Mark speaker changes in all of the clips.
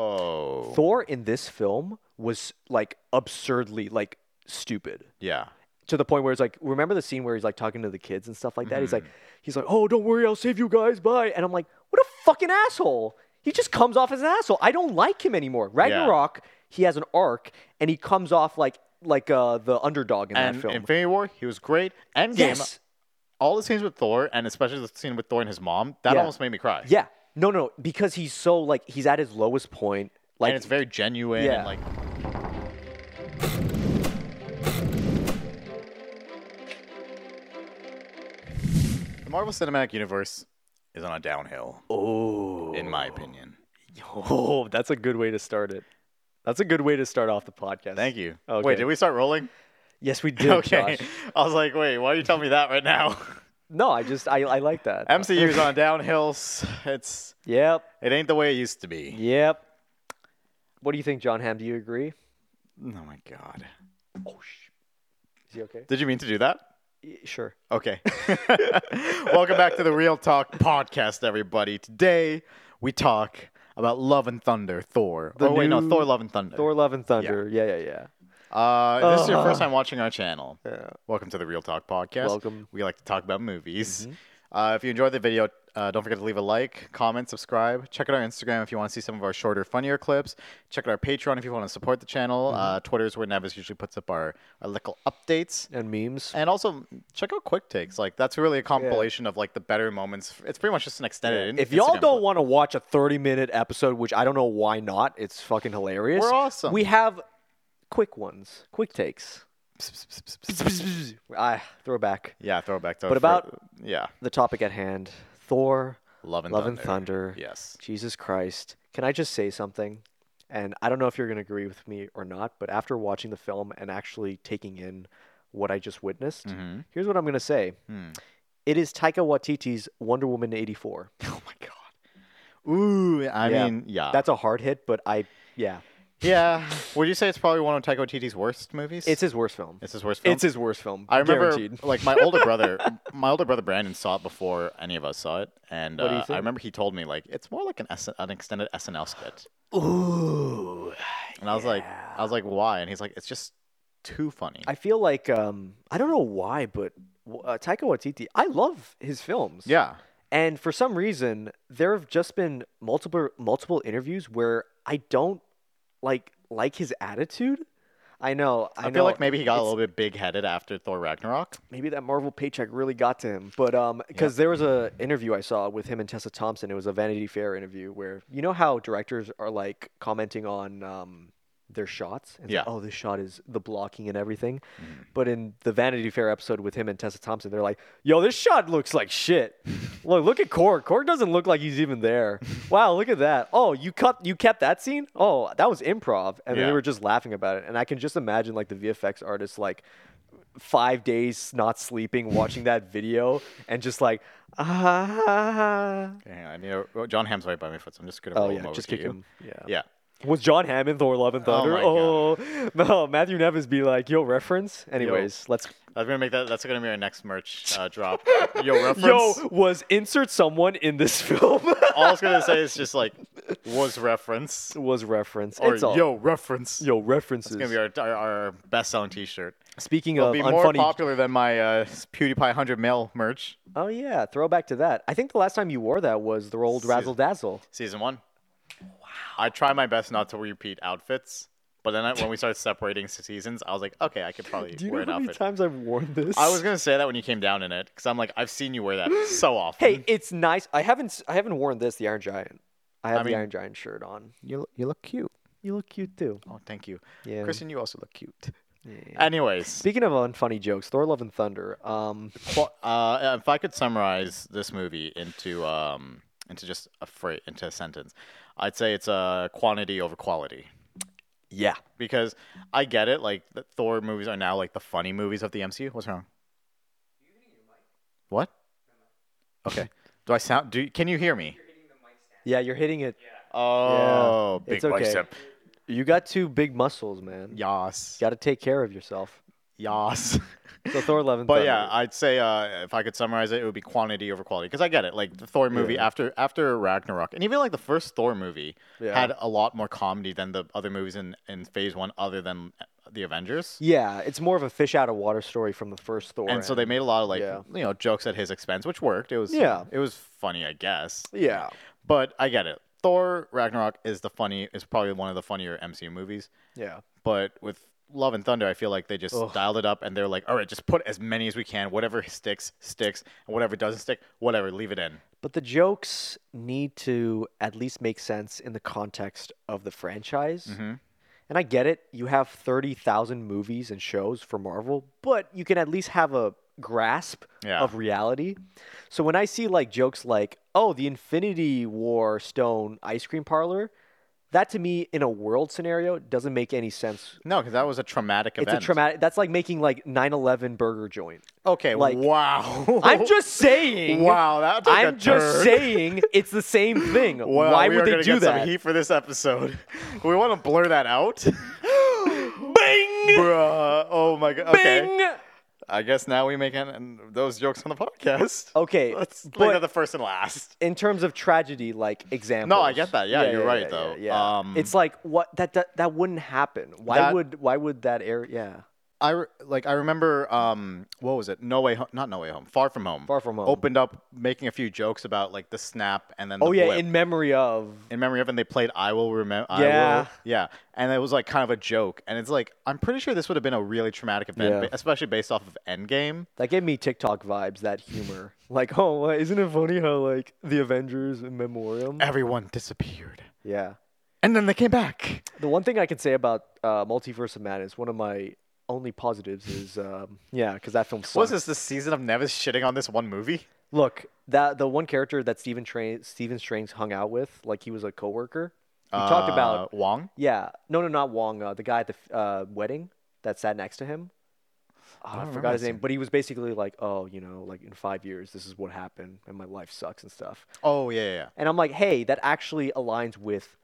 Speaker 1: Whoa.
Speaker 2: Thor in this film was like absurdly like stupid
Speaker 1: yeah.
Speaker 2: to the point where it's like remember the scene where he's like talking to the kids and stuff like that he's like
Speaker 1: Mm-hmm.
Speaker 2: he's like oh don't worry i'll save you guys bye and i'm like what a fucking asshole he just comes off as an asshole i don't like him anymore ragnarok he has an arc and he comes off like like uh the underdog in
Speaker 1: And
Speaker 2: that film
Speaker 1: Infinity War, he was great. Endgame,
Speaker 2: yes
Speaker 1: all the scenes with Thor, and especially the scene with Thor and his mom, that
Speaker 2: Yeah.
Speaker 1: almost made me cry.
Speaker 2: yeah no no because he's so like he's at his lowest point like
Speaker 1: and it's very genuine
Speaker 2: Yeah.
Speaker 1: and like the Marvel Cinematic Universe is on a downhill,
Speaker 2: oh
Speaker 1: in my opinion.
Speaker 2: oh that's a good way to start it that's a good way to start off the podcast
Speaker 1: Thank you.
Speaker 2: Okay.
Speaker 1: Wait, did we start rolling?
Speaker 2: yes we did
Speaker 1: okay.
Speaker 2: Josh.
Speaker 1: I was like, wait, why are you telling me that right now?
Speaker 2: no i just i, I like that
Speaker 1: MCU is on a downhill. S- It's
Speaker 2: yep
Speaker 1: it ain't the way it used to be.
Speaker 2: Yep. What do you think, John Ham? Do you agree?
Speaker 1: Oh my god.
Speaker 2: Oh, sh- Is he okay?
Speaker 1: Did you mean to do that?
Speaker 2: Y- Sure.
Speaker 1: Okay. Welcome back to the Real Talk podcast, everybody. Today we talk about Love and Thunder, Thor.
Speaker 2: The
Speaker 1: oh wait, no,
Speaker 2: new
Speaker 1: Thor, Love and Thunder.
Speaker 2: Thor, Love, and Thunder. Uh, Yeah, yeah, yeah.
Speaker 1: Uh, if this is your
Speaker 2: Ugh.
Speaker 1: first time watching our channel.
Speaker 2: Yeah.
Speaker 1: Welcome to the Real Talk podcast.
Speaker 2: Welcome. Mm-hmm.
Speaker 1: We like to talk about movies. Uh, if you enjoyed the video, uh, don't forget to leave a like, comment, subscribe. Check out our Instagram if you want to see some of our shorter, funnier clips. Check out our Patreon if you want to support the channel.
Speaker 2: Mm-hmm.
Speaker 1: Uh, Twitter is where Nevis usually puts up our, our little updates.
Speaker 2: And memes.
Speaker 1: And also check out quick takes. Like that's really a compilation of like the better moments. It's pretty much just an extended.
Speaker 2: If y'all
Speaker 1: Instagram
Speaker 2: don't
Speaker 1: clip.
Speaker 2: want to watch a 30 minute episode, which I don't know why not, it's fucking hilarious.
Speaker 1: We're awesome.
Speaker 2: We have quick ones, quick takes. I throwback.
Speaker 1: yeah, throwback to
Speaker 2: But about-
Speaker 1: yeah,
Speaker 2: The topic at hand Thor,
Speaker 1: love and
Speaker 2: Love
Speaker 1: thunder.
Speaker 2: and Thunder.
Speaker 1: Yes.
Speaker 2: Jesus Christ. Can I just say something? And I don't know if you're going to agree with me or not, but after watching the film and actually taking in what I just witnessed,
Speaker 1: Mhm.
Speaker 2: here's what I'm going to say.
Speaker 1: Hmm.
Speaker 2: It is Taika Waititi's Wonder Woman 84.
Speaker 1: Oh my god. Ooh, I
Speaker 2: Yeah.
Speaker 1: mean, yeah,
Speaker 2: That's a hard hit, but I, yeah.
Speaker 1: yeah. Would you say it's probably one of Taika Waititi's worst movies?
Speaker 2: It's his worst film.
Speaker 1: it's his worst film.
Speaker 2: It's his worst film.
Speaker 1: I remember,
Speaker 2: Guaranteed.
Speaker 1: like my older brother, my older brother Brandon saw it before any of us saw it, and
Speaker 2: What do you
Speaker 1: uh, I
Speaker 2: think?
Speaker 1: remember he told me like it's more like an S- an extended SNL skit,
Speaker 2: Ooh.
Speaker 1: and I was like, I was like, why? And he's like, it's just too funny.
Speaker 2: I feel like, um, I don't know why, but uh, Taika Waititi, I love his films.
Speaker 1: yeah,
Speaker 2: And for some reason, there have just been multiple multiple interviews where I don't like like his attitude. I know. I,
Speaker 1: I,
Speaker 2: know,
Speaker 1: feel like maybe he got a
Speaker 2: it's-
Speaker 1: little bit big headed after Thor Ragnarok.
Speaker 2: maybe that Marvel paycheck really got to him. But um, because there was a interview I saw with him and Tessa Thompson. It was a Vanity Fair interview where you know how directors are like commenting on um their shots. And it's like,
Speaker 1: Yeah. Mm-hmm.
Speaker 2: oh, this shot is the blocking and everything. But in the Vanity Fair episode with him and Tessa Thompson, they're like, "Yo, this shot looks like shit. look, look at Korg. Korg doesn't look like he's even there. Wow, look at that. Oh, you cut, you kept that scene. Oh, that was improv." And
Speaker 1: Yeah.
Speaker 2: they were just laughing about it. And I can just imagine like the VFX artists like five days not sleeping watching that video and just like ah
Speaker 1: Okay, hang on, I need a, oh, John Hamm's right by me, so I'm just gonna
Speaker 2: oh
Speaker 1: roll
Speaker 2: yeah
Speaker 1: him over
Speaker 2: just
Speaker 1: to
Speaker 2: kick
Speaker 1: you.
Speaker 2: him yeah.
Speaker 1: Yeah,
Speaker 2: was john hammond thor love and
Speaker 1: Oh
Speaker 2: thunder
Speaker 1: my
Speaker 2: oh,
Speaker 1: God.
Speaker 2: no matthew nevis be like yo reference anyways let's
Speaker 1: that's gonna make that. That's gonna be our next merch uh, drop. Yo, reference.
Speaker 2: yo was insert someone in this film
Speaker 1: all I was gonna say is just like was reference
Speaker 2: was reference
Speaker 1: or
Speaker 2: it's all
Speaker 1: yo reference.
Speaker 2: yo references
Speaker 1: It's gonna be our our, our best selling T-shirt.
Speaker 2: speaking
Speaker 1: It'll
Speaker 2: of
Speaker 1: be more
Speaker 2: unfunny
Speaker 1: popular than my uh, PewDiePie hundred mil merch.
Speaker 2: oh yeah throwback to that i think the last time you wore that was the old
Speaker 1: Se-
Speaker 2: razzle dazzle
Speaker 1: Season one. Wow. I try my best not to repeat outfits, but then I, when we started separating seasons, I was like, okay, I could probably
Speaker 2: do you
Speaker 1: wear
Speaker 2: know
Speaker 1: an
Speaker 2: how many
Speaker 1: outfit.
Speaker 2: times i've worn this
Speaker 1: I was gonna say that when you came down in it, because I'm like, I've seen you wear that so often.
Speaker 2: Hey, it's nice. I haven't s- I haven't worn this, the Iron Giant. I have
Speaker 1: mean-
Speaker 2: the Iron Giant shirt on.
Speaker 1: you you look cute.
Speaker 2: You look cute too.
Speaker 1: Oh, thank you,
Speaker 2: Yeah.
Speaker 1: Kristen. You also look cute. Anyways,
Speaker 2: Speaking of unfunny jokes, Thor: Love and Thunder. Um,
Speaker 1: qu- uh, if I could summarize this movie into um into just a phrase into a sentence, I'd say it's uh, quantity over quality.
Speaker 2: yeah.
Speaker 1: Because I get it, like the Thor movies are now like the funny movies of the MCU. What's wrong? What? Okay. Do I sound? Do can you hear me?
Speaker 2: Yeah, you're hitting it.
Speaker 1: Oh, big
Speaker 2: It's okay.
Speaker 1: bicep.
Speaker 2: You got two big muscles, man. You
Speaker 1: Yas.
Speaker 2: got to take care of yourself.
Speaker 1: Yas.
Speaker 2: So Thor Love and
Speaker 1: But
Speaker 2: Thunder.
Speaker 1: yeah, I'd say uh, if I could summarize it, it would be quantity over quality because I get it. Like the Thor movie after after Ragnarok, and even like the first Thor movie
Speaker 2: Yeah.
Speaker 1: had a lot more comedy than the other movies in, in Phase One, other than uh, the Avengers.
Speaker 2: yeah, it's more of a fish out of water story from the first Thor.
Speaker 1: And so they made a lot of like
Speaker 2: Yeah.
Speaker 1: you know jokes at his expense, which worked. It was
Speaker 2: Yeah.
Speaker 1: it was funny, I guess.
Speaker 2: Yeah.
Speaker 1: But I get it. Thor Ragnarok is the funny is probably one of the funnier MCU movies.
Speaker 2: Yeah.
Speaker 1: But with Love and Thunder, I feel like they just dialed it up and they're like, all right, just put as many as we can. Whatever sticks, sticks, and whatever doesn't stick, whatever, leave it in.
Speaker 2: But the jokes need to at least make sense in the context of the franchise. And I get it. You have 30,000 movies and shows for Marvel, but you can at least have a grasp
Speaker 1: Yeah.
Speaker 2: of reality. So when I see like jokes like, oh, the Infinity War Stone ice cream parlor, that to me in a world scenario doesn't make any sense.
Speaker 1: No, because that was a traumatic event.
Speaker 2: It's a traumatic. That's like making like 9/11 burger joint.
Speaker 1: Okay,
Speaker 2: like-
Speaker 1: wow.
Speaker 2: I'm just saying.
Speaker 1: wow. That took a
Speaker 2: I'm just
Speaker 1: turn.
Speaker 2: saying it's the same thing.
Speaker 1: Well,
Speaker 2: Why
Speaker 1: we
Speaker 2: would
Speaker 1: are
Speaker 2: they
Speaker 1: gonna
Speaker 2: do
Speaker 1: get
Speaker 2: that?
Speaker 1: Some heat for this episode. we want to blur that out,
Speaker 2: Bing,
Speaker 1: bruh. Oh my god. Okay.
Speaker 2: bing.
Speaker 1: I guess now we make an, an, those jokes on the podcast.
Speaker 2: Okay,
Speaker 1: Let's make
Speaker 2: but-
Speaker 1: that the first and last.
Speaker 2: in terms of tragedy, like examples.
Speaker 1: No, I get that. Yeah, you're right,
Speaker 2: yeah,
Speaker 1: though.
Speaker 2: Yeah, yeah.
Speaker 1: Um,
Speaker 2: it's like what that, that that wouldn't happen. Why
Speaker 1: That-
Speaker 2: would why would that air? Yeah,
Speaker 1: I re- like I remember um what was it? No way home, not No Way Home, Far From Home.
Speaker 2: Far From Home.
Speaker 1: Opened up making a few jokes about like the snap and then the
Speaker 2: oh yeah,
Speaker 1: blip.
Speaker 2: in memory of.
Speaker 1: in memory of and they played I will remember I
Speaker 2: Yeah.
Speaker 1: will yeah and it was like kind of a joke and it's like I'm pretty sure this would have been a really traumatic event
Speaker 2: Yeah.
Speaker 1: ba- especially based off of Endgame
Speaker 2: That gave me TikTok vibes. That humor, like, oh, why- isn't it funny how like the Avengers in memoriam?
Speaker 1: everyone disappeared
Speaker 2: Yeah.
Speaker 1: and then they came back
Speaker 2: The one thing I can say about uh, Multiverse of Madness, one of my only positives is, um, yeah, because that film sucks.
Speaker 1: was this the season of Nevis shitting on this one movie
Speaker 2: Look, that the one character that Stephen Tra- Stephen Strange hung out with, like he was a coworker. He talked
Speaker 1: Uh,
Speaker 2: about
Speaker 1: Wong
Speaker 2: yeah, no, no, not Wong, uh, the guy at the f- uh, wedding that sat next to him. Ah, I,
Speaker 1: don't remember
Speaker 2: forgot his
Speaker 1: that
Speaker 2: name, but he was basically like, oh, you know, like in five years, this is what happened, and my life sucks and stuff.
Speaker 1: oh yeah yeah, yeah
Speaker 2: And I'm like, hey, that actually aligns with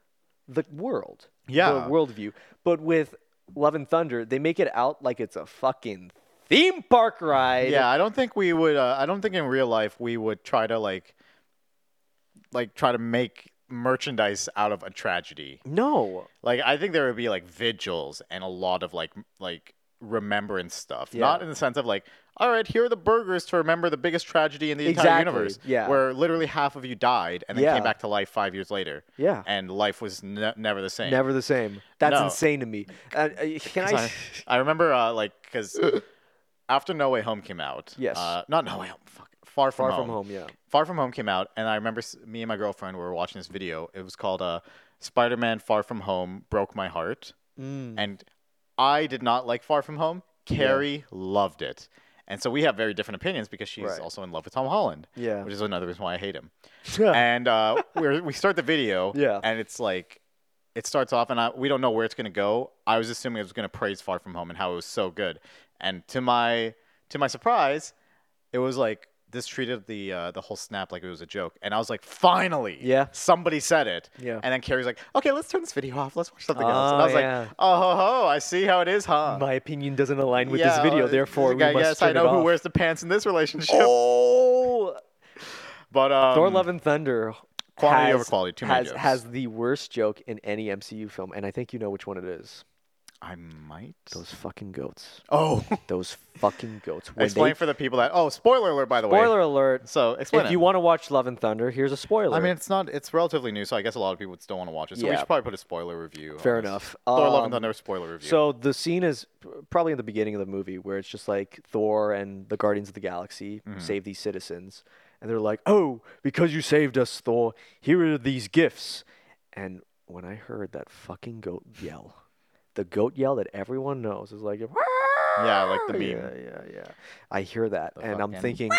Speaker 2: the world.
Speaker 1: Yeah.
Speaker 2: The worldview. But with Love and Thunder, they make it out like it's a fucking theme park ride.
Speaker 1: Yeah, I don't think we would. Uh, I don't think in real life we would try to like, like try to make merchandise out of a tragedy.
Speaker 2: No.
Speaker 1: Like, I think there would be like vigils and a lot of like, m- like remembrance stuff.
Speaker 2: Yeah.
Speaker 1: Not in the sense of like, all right, here are the burgers to remember the biggest tragedy in the entire
Speaker 2: Exactly,
Speaker 1: universe.
Speaker 2: yeah.
Speaker 1: where literally half of you died and then
Speaker 2: Yeah.
Speaker 1: came back to life five years later,
Speaker 2: Yeah.
Speaker 1: and life was ne- never the same.
Speaker 2: Never the same. That's
Speaker 1: No.
Speaker 2: insane to me. Uh, uh, can I?
Speaker 1: I, I remember uh, like because after No Way Home came out.
Speaker 2: Yes.
Speaker 1: Uh, not No Way Home. Fuck. Far from
Speaker 2: Far
Speaker 1: home.
Speaker 2: from home. Yeah.
Speaker 1: Far From Home came out, and I remember s- me and my girlfriend were watching this video. It was called uh, Spider Man Far From Home Broke My Heart.
Speaker 2: Mm.
Speaker 1: And I did not like Far From Home. Carrie loved it. And so we have very different opinions because she's
Speaker 2: Right.
Speaker 1: also in love with Tom Holland,
Speaker 2: Yeah.
Speaker 1: which is another reason why I hate him. and uh, we're, we start the video,
Speaker 2: Yeah.
Speaker 1: and it's like, it starts off, and I, we don't know where it's going to go. I was assuming it was going to praise Far From Home and how it was so good. And to my to my surprise, it was like this treated the uh, the whole snap like it was a joke, and I was like, finally,
Speaker 2: Yeah.
Speaker 1: somebody said it.
Speaker 2: Yeah.
Speaker 1: And then Carrie's like, okay, let's turn this video off. Let's watch something else. And I
Speaker 2: Oh,
Speaker 1: was
Speaker 2: yeah.
Speaker 1: like, oh ho ho, I see how it is, huh?
Speaker 2: My opinion doesn't align with
Speaker 1: Yeah,
Speaker 2: this video,
Speaker 1: uh,
Speaker 2: therefore we
Speaker 1: I
Speaker 2: must
Speaker 1: guess
Speaker 2: turn
Speaker 1: I
Speaker 2: it
Speaker 1: know who
Speaker 2: off.
Speaker 1: wears the pants in this relationship.
Speaker 2: Oh,
Speaker 1: But um,
Speaker 2: Thor: Love and Thunder.
Speaker 1: Quantity
Speaker 2: has,
Speaker 1: over quality, too many
Speaker 2: has,
Speaker 1: jokes.
Speaker 2: has the worst joke in any MCU film, and I think you know which one it is.
Speaker 1: I might.
Speaker 2: Those fucking goats.
Speaker 1: Oh,
Speaker 2: Those fucking goats. When
Speaker 1: explain
Speaker 2: they,
Speaker 1: for the people that. Oh, spoiler alert, by the way.
Speaker 2: spoiler alert.
Speaker 1: So explain.
Speaker 2: If
Speaker 1: it.
Speaker 2: you want to watch Love and Thunder, here's a spoiler.
Speaker 1: I mean, it's not. It's relatively new, so I guess a lot of people still want to watch it. So we
Speaker 2: Yeah.
Speaker 1: should probably put a spoiler review. on
Speaker 2: Fair
Speaker 1: this.
Speaker 2: enough.
Speaker 1: Thor: Love
Speaker 2: Um,
Speaker 1: and Thunder spoiler review.
Speaker 2: So the scene is p- probably in the beginning of the movie where it's just like Thor and the Guardians of the Galaxy
Speaker 1: Mm-hmm.
Speaker 2: save these citizens, and they're like, "Oh, because you saved us, Thor, here are these gifts." And when I heard that fucking goat yell, the goat yell that everyone knows is like,
Speaker 1: yeah, like the meme.
Speaker 2: yeah, yeah, yeah. I hear that, and I'm
Speaker 1: fucking-
Speaker 2: thinking,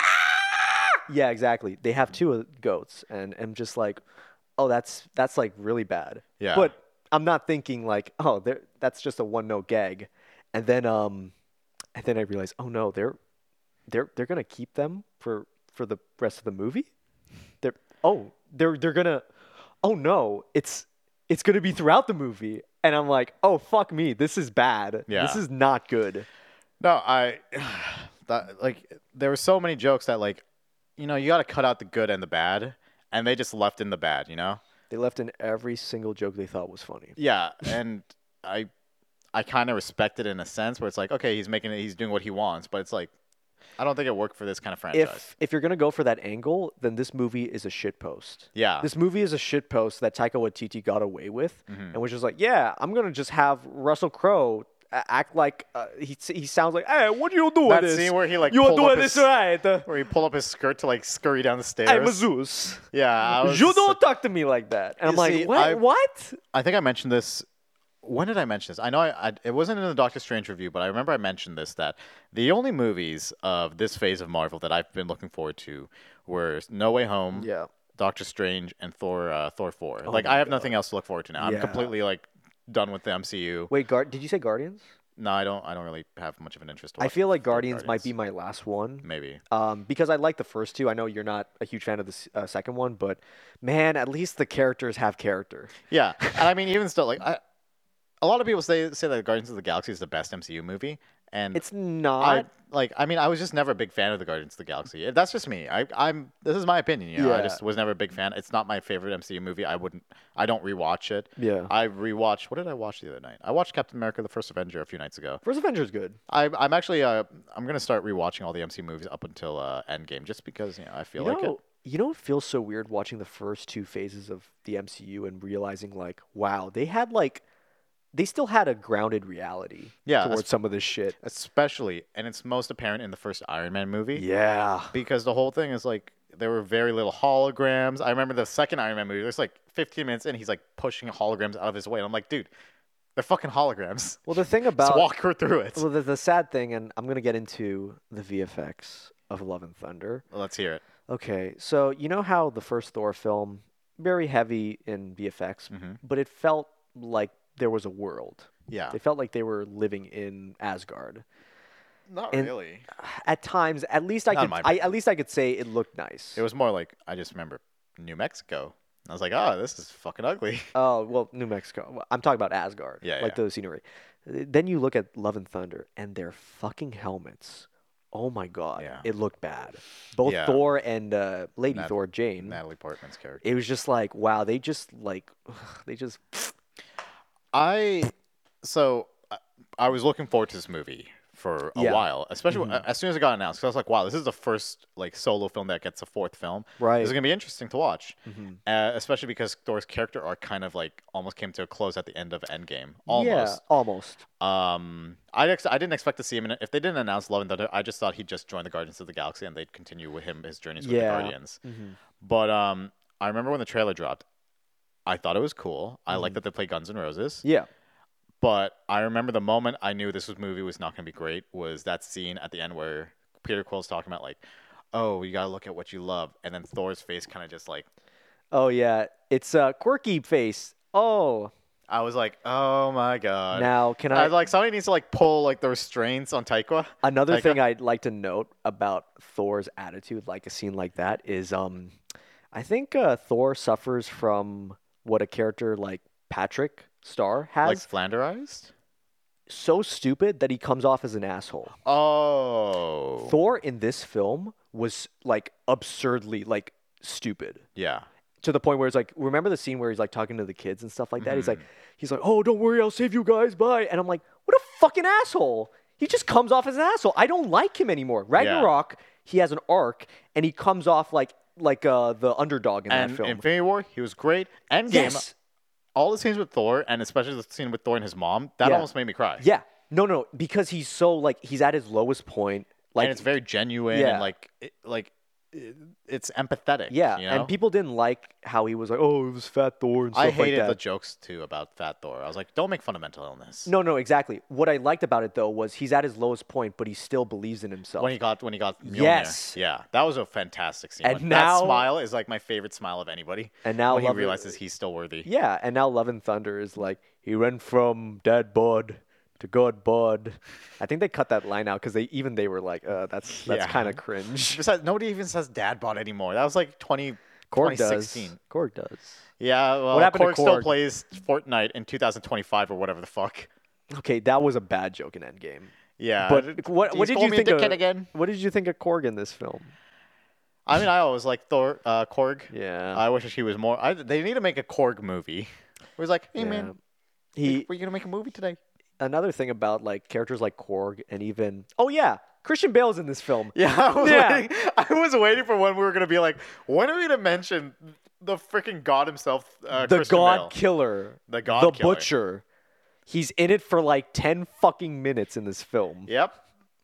Speaker 2: yeah, exactly. They have two of the goats, and I'm just like, oh, that's that's like really bad.
Speaker 1: Yeah.
Speaker 2: But I'm not thinking like, oh, they're- that's just a one note gag, and then um, and then I realize, oh no, they're they're they're gonna keep them for for the rest of the movie. They're oh they're they're gonna oh no it's it's gonna be throughout the movie. And I'm like, oh fuck me, this is bad.
Speaker 1: Yeah.
Speaker 2: This is not good.
Speaker 1: No, I that like there were so many jokes that like, you know, you got to cut out the good and the bad, and they just left in the bad. You know.
Speaker 2: They left in every single joke they thought was funny.
Speaker 1: Yeah, and I, I kind of respect it in a sense where it's like, okay, he's making it, he's doing what he wants, but it's like, I don't think it worked for this kind of franchise.
Speaker 2: If if you're gonna go for that angle, then this movie is a shitpost.
Speaker 1: yeah,
Speaker 2: This movie is a shitpost that Taika Waititi got away with,
Speaker 1: Mm-hmm.
Speaker 2: and was just like, yeah, I'm gonna just have Russell Crowe a- act like uh, he he sounds like, hey, what you doing?
Speaker 1: That
Speaker 2: this?
Speaker 1: scene where he, like,
Speaker 2: you are
Speaker 1: pulled up
Speaker 2: doing
Speaker 1: his-
Speaker 2: this right? Uh,
Speaker 1: where he pulled up his skirt to like scurry down the stairs.
Speaker 2: I'm a Zeus.
Speaker 1: yeah, I was,
Speaker 2: You don't talk to me like that. And I'm
Speaker 1: You
Speaker 2: like,
Speaker 1: see,
Speaker 2: what?
Speaker 1: I-
Speaker 2: what?
Speaker 1: I think I mentioned this. When did I mention this? I know I, I, it wasn't in the Doctor Strange review, but I remember I mentioned this that the only movies of this phase of Marvel that I've been looking forward to were No Way Home,
Speaker 2: Yeah. Oh
Speaker 1: Doctor Strange, and Thor, uh, Thor Four. like I have nothing else to look forward to now.
Speaker 2: Yeah.
Speaker 1: I'm completely like done with the MCU.
Speaker 2: Wait, guard? Did you say Guardians?
Speaker 1: No, I don't. I don't really have much of an interest. to
Speaker 2: I
Speaker 1: watch
Speaker 2: feel like
Speaker 1: Thor
Speaker 2: Guardians, might be my last one.
Speaker 1: maybe.
Speaker 2: Um, because I like the first two. I know you're not a huge fan of the s- uh, second one, but man, at least the characters have character.
Speaker 1: Yeah, and I mean even still, like I, a lot of people say say that Guardians of the Galaxy is the best MCU movie, and
Speaker 2: It's not.
Speaker 1: I like. I mean, I was just never a big fan of the Guardians of the Galaxy. That's just me. I, I'm. This is my opinion. You know, I
Speaker 2: Yeah.
Speaker 1: just was never a big fan. It's not my favorite MCU movie. I wouldn't. I don't rewatch it.
Speaker 2: Yeah.
Speaker 1: I rewatched. What did I watch the other night? I watched Captain America: The First Avenger a few nights ago.
Speaker 2: First Avenger's good.
Speaker 1: I, I'm actually. Uh, I'm gonna start rewatching all the MCU movies up until uh, Endgame, just because you know I feel
Speaker 2: You
Speaker 1: like it.
Speaker 2: know, you know, it feels so weird watching the first two phases of the MCU and realizing like, wow, they had like, they still had a grounded reality
Speaker 1: Yeah, that's-
Speaker 2: towards some of this shit.
Speaker 1: Especially, and it's most apparent in the first Iron Man movie.
Speaker 2: Yeah.
Speaker 1: because the whole thing is like there were very little holograms. I remember the second Iron Man movie. There's like 15 minutes in, he's like pushing holograms out of his way, and I'm like, dude, they're fucking holograms.
Speaker 2: Well, the thing
Speaker 1: Let's
Speaker 2: about
Speaker 1: walk her through it.
Speaker 2: well, the, the sad thing, and I'm gonna get into the VFX of Love and Thunder.
Speaker 1: Let's hear it.
Speaker 2: Okay, so you know how the first Thor film very heavy in VFX,
Speaker 1: Mhm.
Speaker 2: but it felt like there was a world.
Speaker 1: Yeah,
Speaker 2: They felt like they were living in Asgard.
Speaker 1: not
Speaker 2: and-
Speaker 1: really.
Speaker 2: At times, at least I
Speaker 1: Not in
Speaker 2: could,
Speaker 1: my
Speaker 2: I, at least I could say it looked nice.
Speaker 1: It was more like I just remember New Mexico. I was like, oh, this is fucking ugly.
Speaker 2: Oh well, New Mexico. Well, I'm talking about Asgard.
Speaker 1: Yeah,
Speaker 2: like
Speaker 1: yeah.
Speaker 2: the scenery. Uh, Then you look at Love and Thunder and their fucking helmets. Oh my god,
Speaker 1: Yeah.
Speaker 2: it looked bad. Both
Speaker 1: Yeah.
Speaker 2: Thor and uh, Lady
Speaker 1: Nat-
Speaker 2: Thor, Jane.
Speaker 1: Natalie Portman's character.
Speaker 2: It was just like wow, they just like they just
Speaker 1: I so I, I was looking forward to this movie for a
Speaker 2: Yeah. Mm-hmm.
Speaker 1: while, especially as soon as it got announced. 'cause I was like, wow, this is the first like solo film that gets a fourth film.
Speaker 2: right.
Speaker 1: This is gonna be interesting to watch.
Speaker 2: Mhm.
Speaker 1: uh, especially because Thor's character arc kind of like almost came to a close at the end of Endgame. Almost.
Speaker 2: Yeah, almost.
Speaker 1: Um, I ex- I didn't expect to see him. In, if they didn't announce Love and Thunder, I just thought he'd just join the Guardians of the Galaxy and they'd continue with him his journeys with
Speaker 2: Yeah.
Speaker 1: the Guardians.
Speaker 2: Mhm.
Speaker 1: But um, I remember when the trailer dropped. I thought it was cool. I
Speaker 2: Mm.
Speaker 1: like that they play Guns N' Roses.
Speaker 2: Yeah.
Speaker 1: But I remember the moment I knew this was movie was not going to be great was that scene at the end where Peter Quill's talking about like, oh, you gotta look at what you love, and then Thor's face kind of just like
Speaker 2: Oh yeah, it's a quirky face. Oh,
Speaker 1: I was like, oh my god.
Speaker 2: now can
Speaker 1: I
Speaker 2: I?
Speaker 1: was like, somebody needs to like pull like the restraints on Taika.
Speaker 2: Another
Speaker 1: Taika?
Speaker 2: thing I'd like to note about Thor's attitude, like a scene like that, is um, I think uh, Thor suffers from what a character like Patrick Star has.
Speaker 1: Like flanderized?
Speaker 2: so stupid that he comes off as an asshole.
Speaker 1: Oh.
Speaker 2: Thor in this film was like absurdly like stupid.
Speaker 1: yeah.
Speaker 2: to the point where it's like remember the scene where he's like talking to the kids and stuff like that he's like
Speaker 1: Mm-hmm.
Speaker 2: he's like oh don't worry i'll save you guys bye and i'm like what a fucking asshole he just comes off as an asshole i don't like him anymore ragnarok he has an arc and he comes off like like uh the underdog in that
Speaker 1: And
Speaker 2: film
Speaker 1: Infinity War, he was great. Endgame,
Speaker 2: yes
Speaker 1: all the scenes with Thor, and especially the scene with Thor and his mom, that
Speaker 2: Yeah.
Speaker 1: almost made me cry.
Speaker 2: yeah no no because he's so like he's at his lowest point like
Speaker 1: and it's very genuine
Speaker 2: Yeah.
Speaker 1: and like, it, like, it, it's empathetic.
Speaker 2: yeah
Speaker 1: you know?
Speaker 2: and people didn't like how he was like oh it was fat thor and stuff
Speaker 1: I hated
Speaker 2: like that
Speaker 1: the jokes too about Fat Thor. I was like, don't make fun of mental illness.
Speaker 2: no no exactly what i liked about it though was he's at his lowest point but he still believes in himself
Speaker 1: When he got when he got Mjolnir.
Speaker 2: Yes.
Speaker 1: yeah, that was a fantastic scene.
Speaker 2: And
Speaker 1: Like,
Speaker 2: now-
Speaker 1: that smile is like my favorite smile of anybody.
Speaker 2: and now
Speaker 1: when he
Speaker 2: Love-
Speaker 1: realizes he's still worthy.
Speaker 2: Yeah, and now Love and Thunder is like he went from dad bod to god bod. I think they cut that line out because they even they were like, uh, that's that's
Speaker 1: Yeah.
Speaker 2: kind of cringe.
Speaker 1: Besides, nobody even says dad bod anymore. That was like 20,
Speaker 2: Korg does.
Speaker 1: 2016.
Speaker 2: Korg does.
Speaker 1: Yeah, well,
Speaker 2: What happened to
Speaker 1: Korg still
Speaker 2: Korg?
Speaker 1: plays Fortnite in 2025 or whatever the fuck.
Speaker 2: Okay, that was a bad joke in Endgame.
Speaker 1: Yeah.
Speaker 2: But what,
Speaker 1: He's
Speaker 2: what did
Speaker 1: called
Speaker 2: you
Speaker 1: me
Speaker 2: think
Speaker 1: a
Speaker 2: of
Speaker 1: dickhead again?
Speaker 2: What did you think of Korg in this film?
Speaker 1: I mean, I always like Thor, uh, Korg.
Speaker 2: Yeah.
Speaker 1: I wish she was more. I, they need to make a Korg movie. It was like, hey
Speaker 2: Yeah.
Speaker 1: man,
Speaker 2: He
Speaker 1: we're gonna make a movie today.
Speaker 2: another thing about like characters like Korg and even oh yeah, Christian Bale's in this film.
Speaker 1: Yeah, I was,
Speaker 2: Yeah.
Speaker 1: Waiting, I was waiting for when we were gonna be like, when are we gonna mention the freaking god himself, uh,
Speaker 2: the
Speaker 1: Christian
Speaker 2: God
Speaker 1: Bale?
Speaker 2: Killer,
Speaker 1: the god,
Speaker 2: the
Speaker 1: killer.
Speaker 2: Butcher. He's in it for like ten fucking minutes in this film.
Speaker 1: Yep.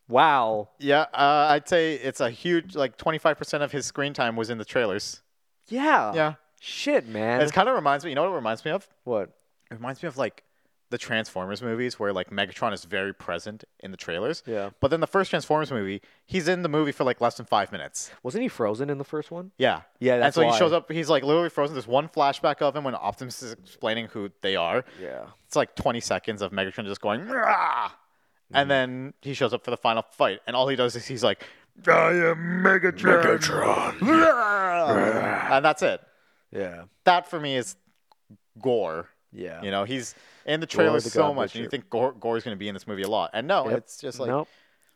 Speaker 2: Wow.
Speaker 1: Yeah, uh, I'd say it's a huge, like 25% of his screen time was in the trailers.
Speaker 2: Yeah.
Speaker 1: Yeah.
Speaker 2: Shit, man.
Speaker 1: It kind of reminds me, you know what it reminds me of?
Speaker 2: what?
Speaker 1: It reminds me of like the Transformers movies where like Megatron is very present in the trailers.
Speaker 2: Yeah.
Speaker 1: But then the first Transformers movie, he's in the movie for like less than five minutes.
Speaker 2: Wasn't he frozen in the first one?
Speaker 1: Yeah.
Speaker 2: Yeah,
Speaker 1: and
Speaker 2: that's
Speaker 1: so
Speaker 2: why.
Speaker 1: he shows up, he's like literally frozen. There's one flashback of him when Optimus is explaining who they are.
Speaker 2: Yeah.
Speaker 1: It's like 20 seconds of Megatron just going, "Rah!"
Speaker 2: Mm.
Speaker 1: and then he shows up for the final fight. And all he does is he's like, I am Megatron. Rah! "Ah," and that's it.
Speaker 2: Yeah.
Speaker 1: That for me is gore.
Speaker 2: Yeah.
Speaker 1: You know, he's in the
Speaker 2: Gore
Speaker 1: trailer
Speaker 2: the
Speaker 1: so
Speaker 2: God
Speaker 1: much, and you
Speaker 2: Butcher.
Speaker 1: think Gore, Gore's going to be in this movie a lot. And no,
Speaker 2: Yep.
Speaker 1: it's just like
Speaker 2: Nope.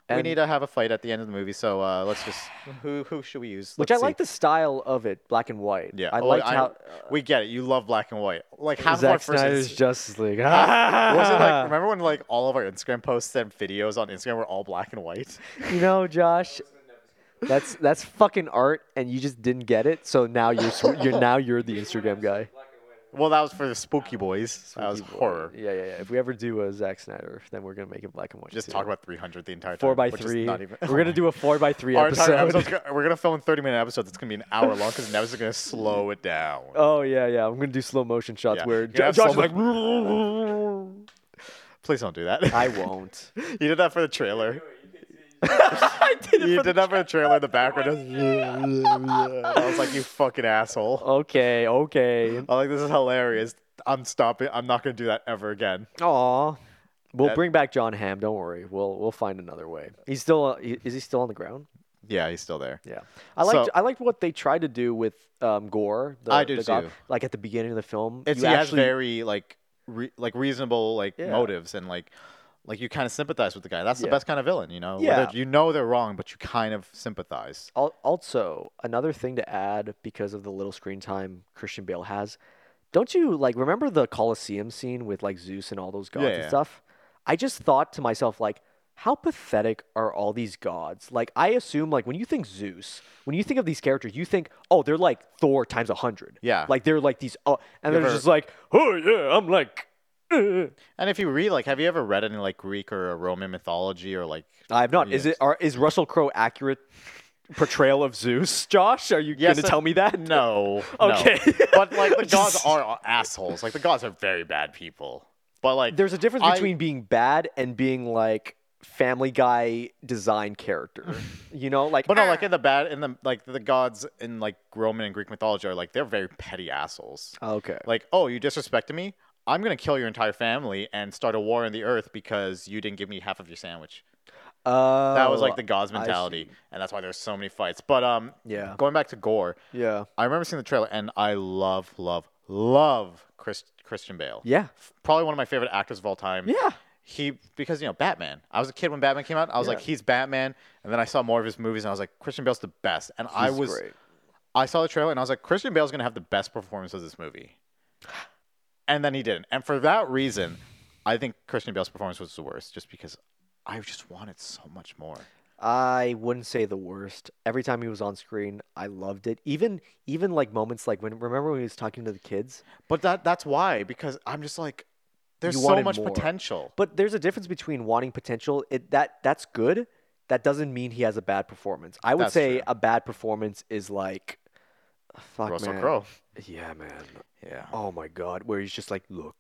Speaker 1: we
Speaker 2: And-
Speaker 1: need to have a fight at the end of the movie. So uh, let's just who who should we use?
Speaker 2: Which
Speaker 1: Let's
Speaker 2: I like
Speaker 1: see.
Speaker 2: the style of it, black and white.
Speaker 1: Yeah,
Speaker 2: I
Speaker 1: oh,
Speaker 2: liked how
Speaker 1: we get it. You love black and white. Like
Speaker 2: uh,
Speaker 1: half
Speaker 2: Zack
Speaker 1: of our first.
Speaker 2: Snyder's
Speaker 1: Inst-
Speaker 2: Justice League.
Speaker 1: was it like remember when like all of our Instagram posts and videos on Instagram were all black and white?
Speaker 2: you know, Josh, that's that's fucking art, and you just didn't get it. So now you're sw- you're now you're the Instagram guy.
Speaker 1: Well, that was for the spooky boys. that was horror.
Speaker 2: Yeah, yeah, yeah. If we ever do a Zack Snyder, then we're gonna make it black and white.
Speaker 1: Just
Speaker 2: too.
Speaker 1: talk about 300 the entire time.
Speaker 2: four by
Speaker 1: which is
Speaker 2: three.
Speaker 1: not even-
Speaker 2: We're gonna do a four by three
Speaker 1: Our
Speaker 2: episode.
Speaker 1: entire episode's gonna- we're gonna film a 30 minute episode that's gonna be an hour long because Nevis is gonna slow it down.
Speaker 2: Oh yeah, yeah. I'm gonna do slow motion shots
Speaker 1: Yeah.
Speaker 2: where
Speaker 1: You're
Speaker 2: Jo-
Speaker 1: gonna have
Speaker 2: Josh is like,
Speaker 1: someone- Please don't do that.
Speaker 2: I won't.
Speaker 1: you did that for the trailer.
Speaker 2: I did
Speaker 1: You did that for the trailer in the background. I was like, you fucking
Speaker 2: Um,
Speaker 1: asshole.
Speaker 2: Okay, okay.
Speaker 1: I was like, this is hilarious. I'm stopping. I'm not gonna do that ever again.
Speaker 2: Aw. We'll
Speaker 1: That-
Speaker 2: bring back John Hamm. Don't worry. We'll we'll find another way. He's still uh, he- is he still on the ground?
Speaker 1: Yeah, he's still there.
Speaker 2: Yeah. I liked
Speaker 1: So-
Speaker 2: I liked what they tried to do with um, Gore. The,
Speaker 1: I do
Speaker 2: the god-
Speaker 1: too.
Speaker 2: Like at the beginning of the film,
Speaker 1: It's
Speaker 2: you
Speaker 1: he
Speaker 2: actually
Speaker 1: has very like re- like reasonable like
Speaker 2: Yeah.
Speaker 1: motives and like like you kind of sympathize with the guy. That's the
Speaker 2: Yeah.
Speaker 1: best kind of villain, you know.
Speaker 2: Yeah.
Speaker 1: Whether you know they're wrong, but you kind of sympathize.
Speaker 2: Al- also another thing to add because of the little screen time Christian Bale has. Don't you like remember the Colosseum scene with like Zeus and all those gods
Speaker 1: Yeah.
Speaker 2: and stuff? I just thought to myself like how pathetic are all these gods? Like I assume like when you think Zeus, when you think of these characters, you think oh they're like Thor times a 100.
Speaker 1: Yeah.
Speaker 2: Like they're like these oh and
Speaker 1: You
Speaker 2: they're
Speaker 1: ever-
Speaker 2: just like oh yeah, I'm like uh."
Speaker 1: And if you read like, have you ever read any like Greek or Roman mythology or like?
Speaker 2: I have not. Is
Speaker 1: Yes.
Speaker 2: it are, is Russell Crowe accurate portrayal of Zeus, Josh? Are you
Speaker 1: Yes
Speaker 2: going
Speaker 1: and-
Speaker 2: to tell me that?
Speaker 1: No.
Speaker 2: Okay.
Speaker 1: No. But like the gods
Speaker 2: Just-
Speaker 1: are assholes. Like the gods are very bad people. But like
Speaker 2: There's a difference
Speaker 1: I-
Speaker 2: between being bad and being like Family Guy design character. you know, like
Speaker 1: But no,
Speaker 2: "Ah."
Speaker 1: like in the bad, in the like the gods in like Roman and Greek mythology are like they're very petty assholes.
Speaker 2: ah, okay.
Speaker 1: Like, oh, you disrespected me. I'm gonna kill your entire family and start a war in the earth because you didn't give me half of your sandwich. That was like the gods
Speaker 2: Oh, I see.
Speaker 1: mentality, and that's why there's so many fights. But um,
Speaker 2: Yeah.
Speaker 1: Going back to Gore,
Speaker 2: yeah.
Speaker 1: I remember seeing the trailer, and I love, love, love Chris, Christian Bale.
Speaker 2: Yeah.
Speaker 1: Probably one of my favorite actors of all time.
Speaker 2: Yeah.
Speaker 1: He because you know Batman. I was a kid when Batman came out. I was like,
Speaker 2: Yeah.
Speaker 1: he's Batman, and then I saw more of his movies, and I was like, Christian Bale's the best. And I
Speaker 2: He's
Speaker 1: was,
Speaker 2: great.
Speaker 1: I saw the trailer, and I was like, Christian Bale's gonna have the best performance of this movie. And then he didn't, and for that reason, I think Christian Bale's performance was the worst, just because I just wanted so much more.
Speaker 2: I wouldn't say the worst. Every time he was on screen, I loved it. Even even like moments like when remember when he was talking to the kids?
Speaker 1: But that that's why because I'm just like, there's
Speaker 2: You
Speaker 1: so
Speaker 2: wanted
Speaker 1: much
Speaker 2: more.
Speaker 1: potential.
Speaker 2: But there's a difference between wanting potential. It that that's good. That doesn't mean he has a bad performance. I would
Speaker 1: That's
Speaker 2: say
Speaker 1: true.
Speaker 2: a bad performance is like fuck
Speaker 1: Russell
Speaker 2: man.
Speaker 1: Crowe.
Speaker 2: Yeah, man.
Speaker 1: Yeah.
Speaker 2: Oh my god, where he's just like, look,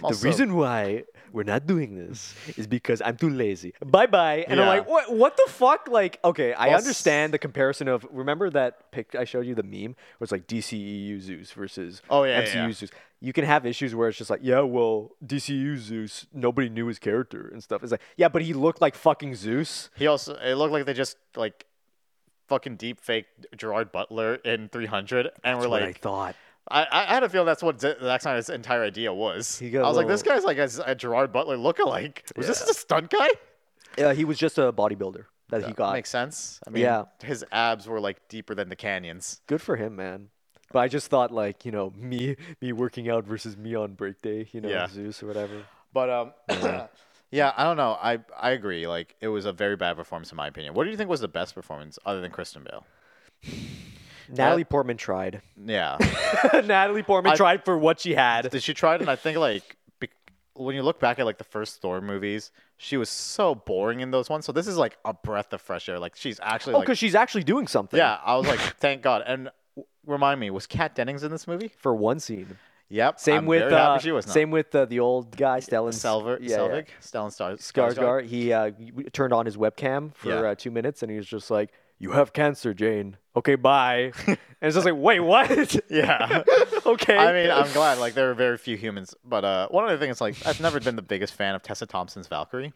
Speaker 1: Also-
Speaker 2: the reason why we're not doing this is because I'm too lazy. Bye bye. And
Speaker 1: Yeah.
Speaker 2: I'm like, what? What the fuck? Like, okay, I
Speaker 1: Well, s-
Speaker 2: understand the comparison of remember that pic I showed you the meme where it's like DCEU Zeus versus
Speaker 1: Oh, yeah, yeah,
Speaker 2: MCU
Speaker 1: yeah.
Speaker 2: Zeus. You can have issues where it's just like, yeah, well, DCU Zeus, nobody knew his character and stuff. It's like, yeah, but he looked like fucking Zeus.
Speaker 1: He also it looked like they just like fucking deep fake Gerard Butler in 300, and we're
Speaker 2: That's what I
Speaker 1: like,
Speaker 2: thought.
Speaker 1: I, I, had a feeling that's what Z- Zack Snyder's entire idea was. I
Speaker 2: got a
Speaker 1: was like, this
Speaker 2: little-
Speaker 1: guy's like a, Z- a Gerard Butler lookalike. Was this just a stunt guy?
Speaker 2: Uh, he was just a bodybuilder that he got.
Speaker 1: Makes sense. I mean,
Speaker 2: Yeah.
Speaker 1: his abs were like deeper than the canyons.
Speaker 2: Good for him, man. But I just thought like you know me me working out versus me on break day, you know
Speaker 1: Yeah.
Speaker 2: Zeus or whatever.
Speaker 1: But um, yeah, I don't know. I I agree. Like it was a very bad performance in my opinion. What do you think was the best performance other than Kristen Bell?
Speaker 2: Natalie Portman tried.
Speaker 1: Yeah,
Speaker 2: Natalie Portman tried for what she had.
Speaker 1: did she try it? And I think like. bec- When you look back at like the first Thor movies, she was so boring in those ones. So this is like a breath of fresh air. Like she's actually
Speaker 2: Oh,
Speaker 1: like
Speaker 2: because she's actually doing something.
Speaker 1: Yeah, I was like, thank God. And w- remind me, was Kat Dennings in this movie?
Speaker 2: For one scene.
Speaker 1: Yep.
Speaker 2: Same
Speaker 1: I'm
Speaker 2: with
Speaker 1: very
Speaker 2: uh,
Speaker 1: happy she was not.
Speaker 2: same with uh, the old guy Stellan
Speaker 1: Selver,
Speaker 2: yeah, yeah.
Speaker 1: Selvig, Stellan Star-
Speaker 2: Skarsgård. He uh, w- turned on his webcam for
Speaker 1: Yeah.
Speaker 2: uh, two minutes, and he was just like, "You have cancer, Jane. Okay, bye." and it's just like, "Wait, what?
Speaker 1: Yeah.
Speaker 2: okay."
Speaker 1: I mean, I'm glad. Like there are very few humans, but uh, one other thing is like I've never been the biggest fan of Tessa Thompson's Valkyrie.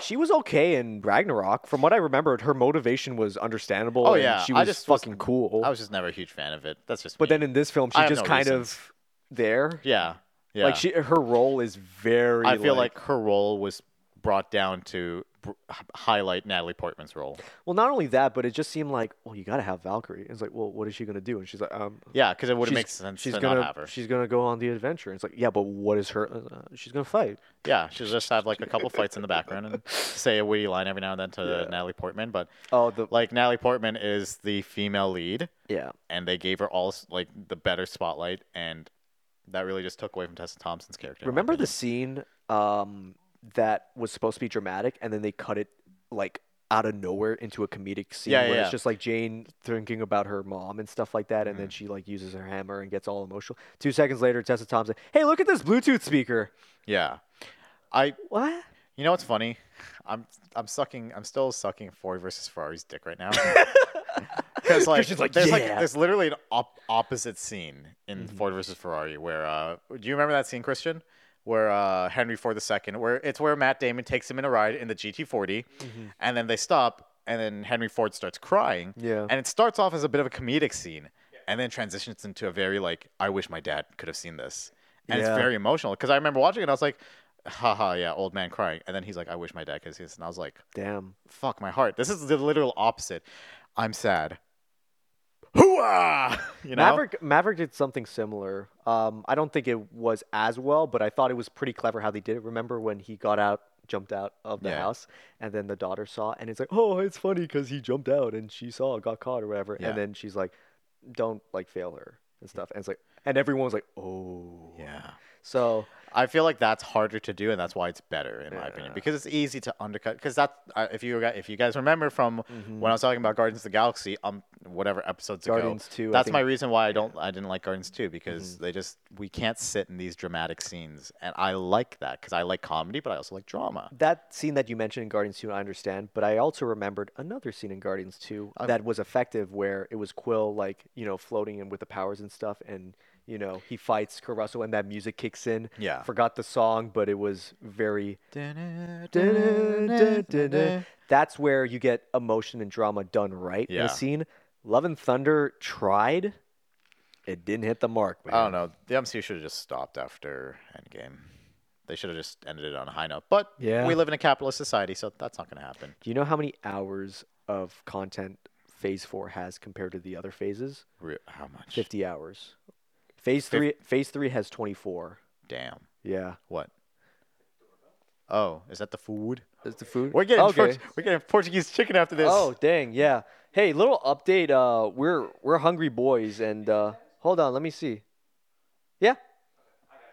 Speaker 2: she was okay in Ragnarok. From what I remembered, her motivation was understandable.
Speaker 1: Oh
Speaker 2: and
Speaker 1: yeah,
Speaker 2: she
Speaker 1: I
Speaker 2: was
Speaker 1: just was-
Speaker 2: fucking cool.
Speaker 1: I was just never a huge fan of it. That's just.
Speaker 2: but
Speaker 1: me.
Speaker 2: then in this film,
Speaker 1: I
Speaker 2: she's
Speaker 1: have
Speaker 2: just
Speaker 1: no
Speaker 2: kind
Speaker 1: reasons.
Speaker 2: of there.
Speaker 1: yeah, yeah.
Speaker 2: Like she, her role is very.
Speaker 1: I feel like her role was brought down to br- h- highlight Natalie Portman's role.
Speaker 2: Well, not only that, but it just seemed like, well, you gotta have Valkyrie. It's like, well, what is she gonna do? And she's like, um,
Speaker 1: Yeah, because it would
Speaker 2: she's-
Speaker 1: make sense
Speaker 2: she's
Speaker 1: to
Speaker 2: gonna,
Speaker 1: not have her.
Speaker 2: She's gonna go on the adventure. And it's like, yeah, but what is her? Uh, she's gonna fight.
Speaker 1: Yeah, she'll just have like a couple fights in the background and say a witty line every now and then to Natalie Portman. But
Speaker 2: Oh, the
Speaker 1: like Natalie Portman is the female lead,
Speaker 2: yeah.
Speaker 1: and they gave her all s- like the better spotlight, and that really just took away from Tessa Thompson's character. in my
Speaker 2: Remember the
Speaker 1: opinion.
Speaker 2: scene um, that was supposed to be dramatic, and then they cut it like out of nowhere into a comedic scene
Speaker 1: Yeah, yeah,
Speaker 2: where it's
Speaker 1: yeah.
Speaker 2: just like Jane thinking about her mom and stuff like that, and then
Speaker 1: Mm-hmm.
Speaker 2: she like uses her hammer and gets all emotional. Two seconds later, Tessa Thompson, hey, look at this Bluetooth speaker.
Speaker 1: Yeah, I.
Speaker 2: What?
Speaker 1: You know what's funny? I'm I'm sucking. I'm still sucking Ford versus Ferrari's dick right now. Because like,
Speaker 2: Christian's like,
Speaker 1: there's like
Speaker 2: "Yeah." Mm-hmm.
Speaker 1: there's literally an op- opposite scene in Ford versus Ferrari where uh, do you remember that scene, Christian? Where uh, Henry Ford II, where it's where Matt Damon takes him in a ride in the GT40,
Speaker 2: Mm-hmm.
Speaker 1: and then they stop, and then Henry Ford starts crying,
Speaker 2: Yeah.
Speaker 1: and it starts off as a bit of a comedic scene, and then transitions into a very like I wish my dad could have seen this, and
Speaker 2: Yeah.
Speaker 1: it's very emotional because I remember watching it, and I was like, haha, yeah, old man crying, and then he's like, I wish my dad could have seen this, and I was like,
Speaker 2: Damn.
Speaker 1: fuck my heart. This is the literal opposite. I'm sad. Hooah! You know?
Speaker 2: Maverick Maverick did something similar. Um, I don't think it was as well, but I thought it was pretty clever how they did it. Remember when he got out, jumped out of the
Speaker 1: Yeah.
Speaker 2: house, and then the daughter saw, and it's like, oh, it's funny because he jumped out and she saw, got caught or whatever,
Speaker 1: Yeah.
Speaker 2: and then she's like, don't like fail her and stuff, and it's like, and everyone's like, oh,
Speaker 1: Yeah.
Speaker 2: So
Speaker 1: I feel like that's harder to do, and that's why it's better, in my opinion,
Speaker 2: Yeah.
Speaker 1: because it's easy to undercut. Because that's uh, if you gu- if you guys remember from
Speaker 2: Mm-hmm.
Speaker 1: when I was talking about Guardians of the Galaxy, um, whatever episodes
Speaker 2: Guardians
Speaker 1: ago,
Speaker 2: 2, I
Speaker 1: that's
Speaker 2: think- Mm-hmm.
Speaker 1: my reason why I don't I didn't like Guardians two because they just we can't sit in these dramatic scenes, and I like that because I like comedy, but I also like drama.
Speaker 2: that scene that you mentioned in Guardians 2, I understand, but I also remembered another scene in Guardians 2
Speaker 1: Um,
Speaker 2: that was effective where it was Quill, like, you know, floating in with the powers and stuff, and, you know, he fights Caruso and that music kicks in.
Speaker 1: Yeah.
Speaker 2: Forgot the song, but it was very.
Speaker 1: Yeah,
Speaker 2: That's where you get emotion and drama done right in
Speaker 1: Yeah.
Speaker 2: a scene. Love and Thunder tried, it didn't hit the mark.
Speaker 1: I
Speaker 2: man.
Speaker 1: don't know. The MCU should have just stopped after Endgame. They should have just ended it on a high note. But
Speaker 2: Yeah.
Speaker 1: we live in a capitalist society, so that's not going to happen.
Speaker 2: Do you know how many hours of content Phase 4 has compared to the other phases?
Speaker 1: Re- How much?
Speaker 2: 50 hours. Phase
Speaker 1: Fif-
Speaker 2: 3 phase 3 has 24.
Speaker 1: Damn.
Speaker 2: Yeah.
Speaker 1: What? Oh, is that the food?
Speaker 2: Is the food?
Speaker 1: We're getting
Speaker 2: okay.
Speaker 1: Portu- we're getting Portuguese chicken after this.
Speaker 2: Oh, dang. Yeah. Hey, little update uh we're we're hungry boys and uh hold on, let me see. Yeah,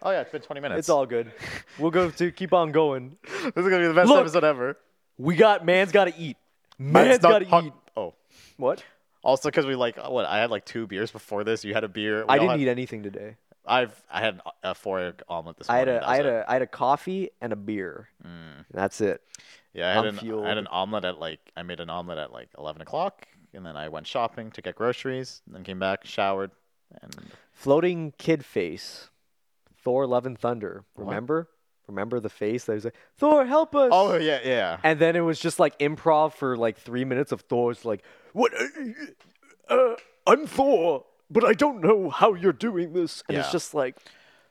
Speaker 1: Oh, yeah, it's been 20 minutes.
Speaker 2: it's all good. We'll go to keep on going.
Speaker 1: This is going to be the best
Speaker 2: Look!
Speaker 1: episode ever.
Speaker 2: We got man's got to eat.
Speaker 1: Man's
Speaker 2: Man's
Speaker 1: not
Speaker 2: got to
Speaker 1: hung-
Speaker 2: eat.
Speaker 1: Oh.
Speaker 2: What?
Speaker 1: Also, because we like what I had like two beers before this. You had a beer.
Speaker 2: I didn't
Speaker 1: had,
Speaker 2: eat anything today.
Speaker 1: I've I had a four egg omelet this
Speaker 2: I had
Speaker 1: morning.
Speaker 2: a
Speaker 1: That
Speaker 2: I
Speaker 1: was
Speaker 2: had
Speaker 1: it.
Speaker 2: a I had a coffee and a beer. That's it.
Speaker 1: Yeah, I had,
Speaker 2: I'm
Speaker 1: an, I
Speaker 2: fueled.
Speaker 1: had an omelet at like I made an omelet at like eleven o'clock, and then I went shopping to get groceries, and then came back, showered, and
Speaker 2: Floating kid face. Thor Love and Thunder. Remember? Remember the face that was like, Thor, help us.
Speaker 1: oh yeah, yeah,
Speaker 2: And then it was just like improv for like three minutes of Thor's like, "What? uh, Uh, I'm Thor, but I don't know how you're doing this." And it's
Speaker 1: Yeah.
Speaker 2: just like,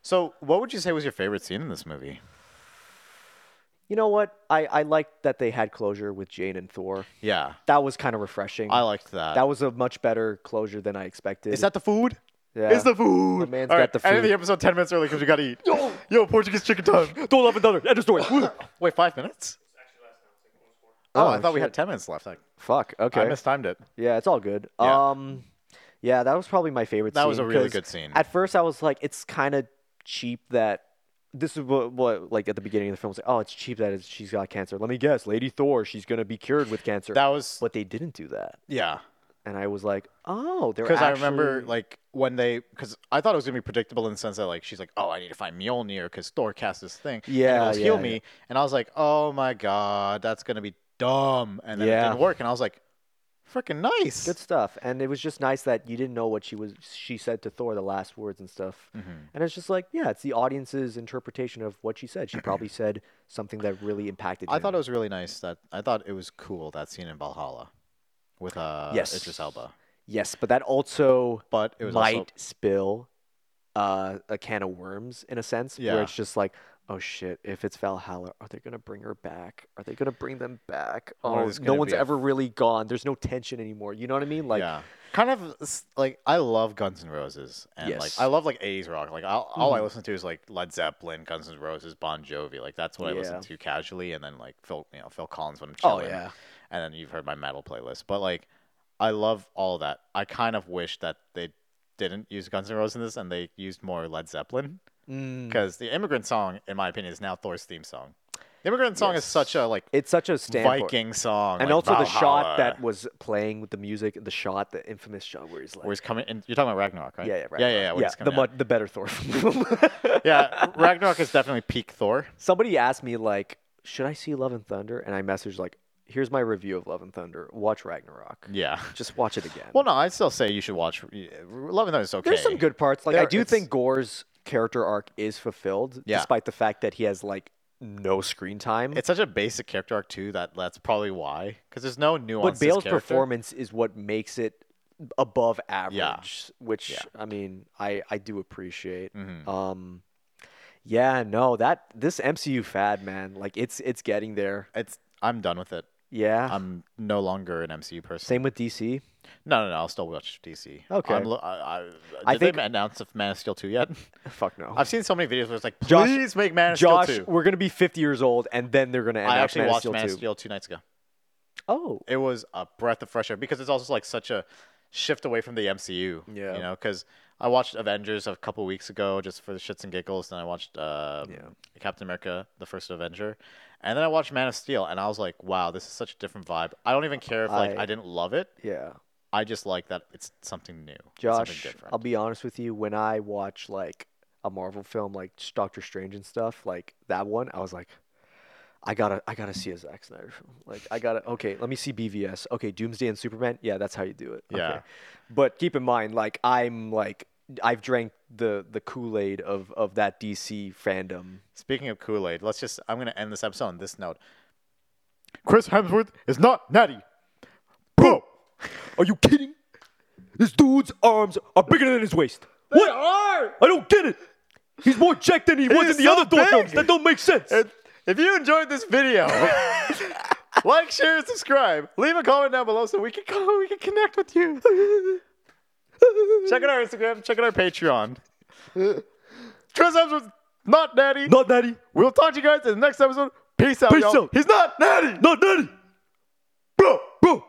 Speaker 1: So, what would you say was your favorite scene in this movie?
Speaker 2: you know what? I, I liked that they had closure with Jane and Thor.
Speaker 1: Yeah,
Speaker 2: That was kind of refreshing.
Speaker 1: I liked that.
Speaker 2: that was a much better closure than I expected.
Speaker 1: Is that the food?
Speaker 2: Yeah.
Speaker 1: It's the food.
Speaker 2: The man's
Speaker 1: All
Speaker 2: got
Speaker 1: right,
Speaker 2: the
Speaker 1: End of the
Speaker 2: food.
Speaker 1: episode ten minutes early because we gotta eat. Yo, Portuguese chicken time. Don't love another. End of story. Wait, five minutes? Oh, I
Speaker 2: Oh,
Speaker 1: thought we had
Speaker 2: shit.
Speaker 1: ten minutes left. I,
Speaker 2: fuck? Okay.
Speaker 1: I mistimed it.
Speaker 2: Yeah, it's all good.
Speaker 1: Yeah.
Speaker 2: Um, yeah, that was probably my favorite.
Speaker 1: That was
Speaker 2: scene
Speaker 1: a really
Speaker 2: 'cause
Speaker 1: good scene.
Speaker 2: At first, I was like, it's kind of cheap that this is what, what like at the beginning of the film was like, oh, it's cheap that it's, she's got cancer. Let me guess, Lady Thor, she's gonna be cured with cancer.
Speaker 1: That was
Speaker 2: but they didn't do that,
Speaker 1: yeah.
Speaker 2: and I was like, oh, they're
Speaker 1: Because I remember
Speaker 2: actually-
Speaker 1: like when they because I thought it was gonna be predictable in the sense that like she's like oh I need to find Mjolnir because Thor cast this thing and it
Speaker 2: Yeah,
Speaker 1: goes heal
Speaker 2: yeah,
Speaker 1: me and I was like oh my god that's gonna be dumb and then it
Speaker 2: Yeah.
Speaker 1: didn't work and I was like freaking nice
Speaker 2: good stuff, and it was just nice that you didn't know what she was she said to Thor, the last words and stuff.
Speaker 1: Mm-hmm.
Speaker 2: And it's just like, yeah, it's the audience's interpretation of what she said. She probably said something that really impacted.
Speaker 1: I
Speaker 2: him.
Speaker 1: thought it was really nice that I thought it was cool that scene in Valhalla with uh
Speaker 2: Yes.
Speaker 1: Idris Elba
Speaker 2: yes, but that also
Speaker 1: but it was
Speaker 2: might
Speaker 1: also
Speaker 2: spill uh, a can of worms in a sense
Speaker 1: Yeah.
Speaker 2: where it's just like oh shit if it's valhalla are they gonna bring her back are they gonna bring them back
Speaker 1: Or
Speaker 2: oh
Speaker 1: there's
Speaker 2: no
Speaker 1: gonna
Speaker 2: one's
Speaker 1: be a-
Speaker 2: ever really gone there's no tension anymore you know what i mean like
Speaker 1: yeah kind of s- like I love Guns N' Roses and like
Speaker 2: Yes. Mm-hmm.
Speaker 1: I love like 80s rock like I'll, all I listen to is like Led Zeppelin Guns N' Roses Bon Jovi like that's what I listen
Speaker 2: Yeah.
Speaker 1: to casually and then like Phil you know Phil Collins when I'm
Speaker 2: Oh,
Speaker 1: chilling
Speaker 2: yeah.
Speaker 1: and then you've heard my metal playlist but like I love all that I kind of wish that they didn't use Guns N' Roses in this and they used more Led Zeppelin
Speaker 2: mm,
Speaker 1: because the immigrant song in my opinion is now Thor's theme song the immigrant song is
Speaker 2: Yes.
Speaker 1: such a like
Speaker 2: it's such a standpoint
Speaker 1: Viking song,
Speaker 2: and
Speaker 1: like
Speaker 2: also the shot that
Speaker 1: Valhalla.
Speaker 2: was playing with the music the shot the infamous shot where he's like
Speaker 1: where he's coming. In, you're talking about Ragnarok, right?
Speaker 2: yeah yeah right,
Speaker 1: yeah, yeah.
Speaker 2: right.
Speaker 1: where he's
Speaker 2: the,
Speaker 1: coming out.
Speaker 2: mu- the better thor film.
Speaker 1: yeah, Ragnarok is definitely peak Thor.
Speaker 2: somebody asked me like should i see love and thunder and i messaged like here's my review of love and thunder watch ragnarok
Speaker 1: Yeah.
Speaker 2: just watch it again
Speaker 1: Well, no, I still say you should watch. Love and Thunder is okay.
Speaker 2: there's some good parts like i
Speaker 1: There-
Speaker 2: do
Speaker 1: it's-
Speaker 2: think gore's character arc is fulfilled
Speaker 1: Yeah.
Speaker 2: despite the fact that he has like no screen time
Speaker 1: It's such a basic character arc too that that's probably why, because there's no nuance.
Speaker 2: but
Speaker 1: to his
Speaker 2: bale's
Speaker 1: character.
Speaker 2: performance is what makes it above average which i mean i i do appreciate
Speaker 1: Mhm.
Speaker 2: um yeah no that this mcu fad man like it's it's getting there
Speaker 1: It's. I'm done with it.
Speaker 2: yeah
Speaker 1: I'm no longer an MCU person.
Speaker 2: same with dc
Speaker 1: No, no, no. I'll still watch DC.
Speaker 2: Okay.
Speaker 1: I'm, lo- I, I, did
Speaker 2: I
Speaker 1: they
Speaker 2: think-
Speaker 1: announce if Man of Steel two yet?
Speaker 2: fuck no
Speaker 1: I've seen so many videos where it's like,
Speaker 2: Josh-
Speaker 1: please make Man of
Speaker 2: Josh,
Speaker 1: Steel two.
Speaker 2: we're gonna be 50 years old, and then they're gonna end
Speaker 1: I
Speaker 2: up
Speaker 1: actually
Speaker 2: Man of
Speaker 1: watched
Speaker 2: Steel
Speaker 1: Man of
Speaker 2: 2.
Speaker 1: Steel two nights ago.
Speaker 2: Oh,
Speaker 1: it was a breath of fresh air because it's also like such a shift away from the MCU.
Speaker 2: Yeah.
Speaker 1: You know, because I watched Avengers a couple weeks ago just for the shits and giggles, and I watched uh,
Speaker 2: Yeah.
Speaker 1: Captain America: The First Avenger, and then I watched Man of Steel, and I was like, wow, this is such a different vibe. I don't even care if like I,
Speaker 2: I-
Speaker 1: didn't love it.
Speaker 2: yeah.
Speaker 1: I just like that it's something new, it's
Speaker 2: Josh, uh,
Speaker 1: something different.
Speaker 2: I'll be honest with you. When I watch like a Marvel film, like Doctor Strange and stuff, like that one, I was like, I gotta, I gotta see a Zack Snyder film. Like, I gotta. Okay, let me see BVS. Okay, Doomsday and Superman. Yeah, that's how you do it. Okay.
Speaker 1: Yeah.
Speaker 2: But keep in mind, like, I'm like, I've drank the the Kool Aid of of that DC fandom.
Speaker 1: Speaking of Kool Aid, let's just I'm gonna end this episode on this note. Chris Hemsworth is not natty, bro.
Speaker 2: Are you kidding? This dude's arms are bigger than his waist. what?
Speaker 1: are?
Speaker 2: I don't get it. He's more jacked than he was
Speaker 1: is
Speaker 2: in the
Speaker 1: so
Speaker 2: other Thor
Speaker 1: big.
Speaker 2: films. That don't make sense.
Speaker 1: And if you enjoyed this video, like, share, and subscribe. Leave a comment down below so we can co- we can connect with you. check out our Instagram. Check out our Patreon. Chris Hemsworth, not daddy.
Speaker 2: Not daddy.
Speaker 1: We'll talk to you guys in the next episode. Peace out,
Speaker 2: Peace
Speaker 1: y'all.
Speaker 2: out.
Speaker 1: He's not daddy.
Speaker 2: Not daddy. Bro, bro.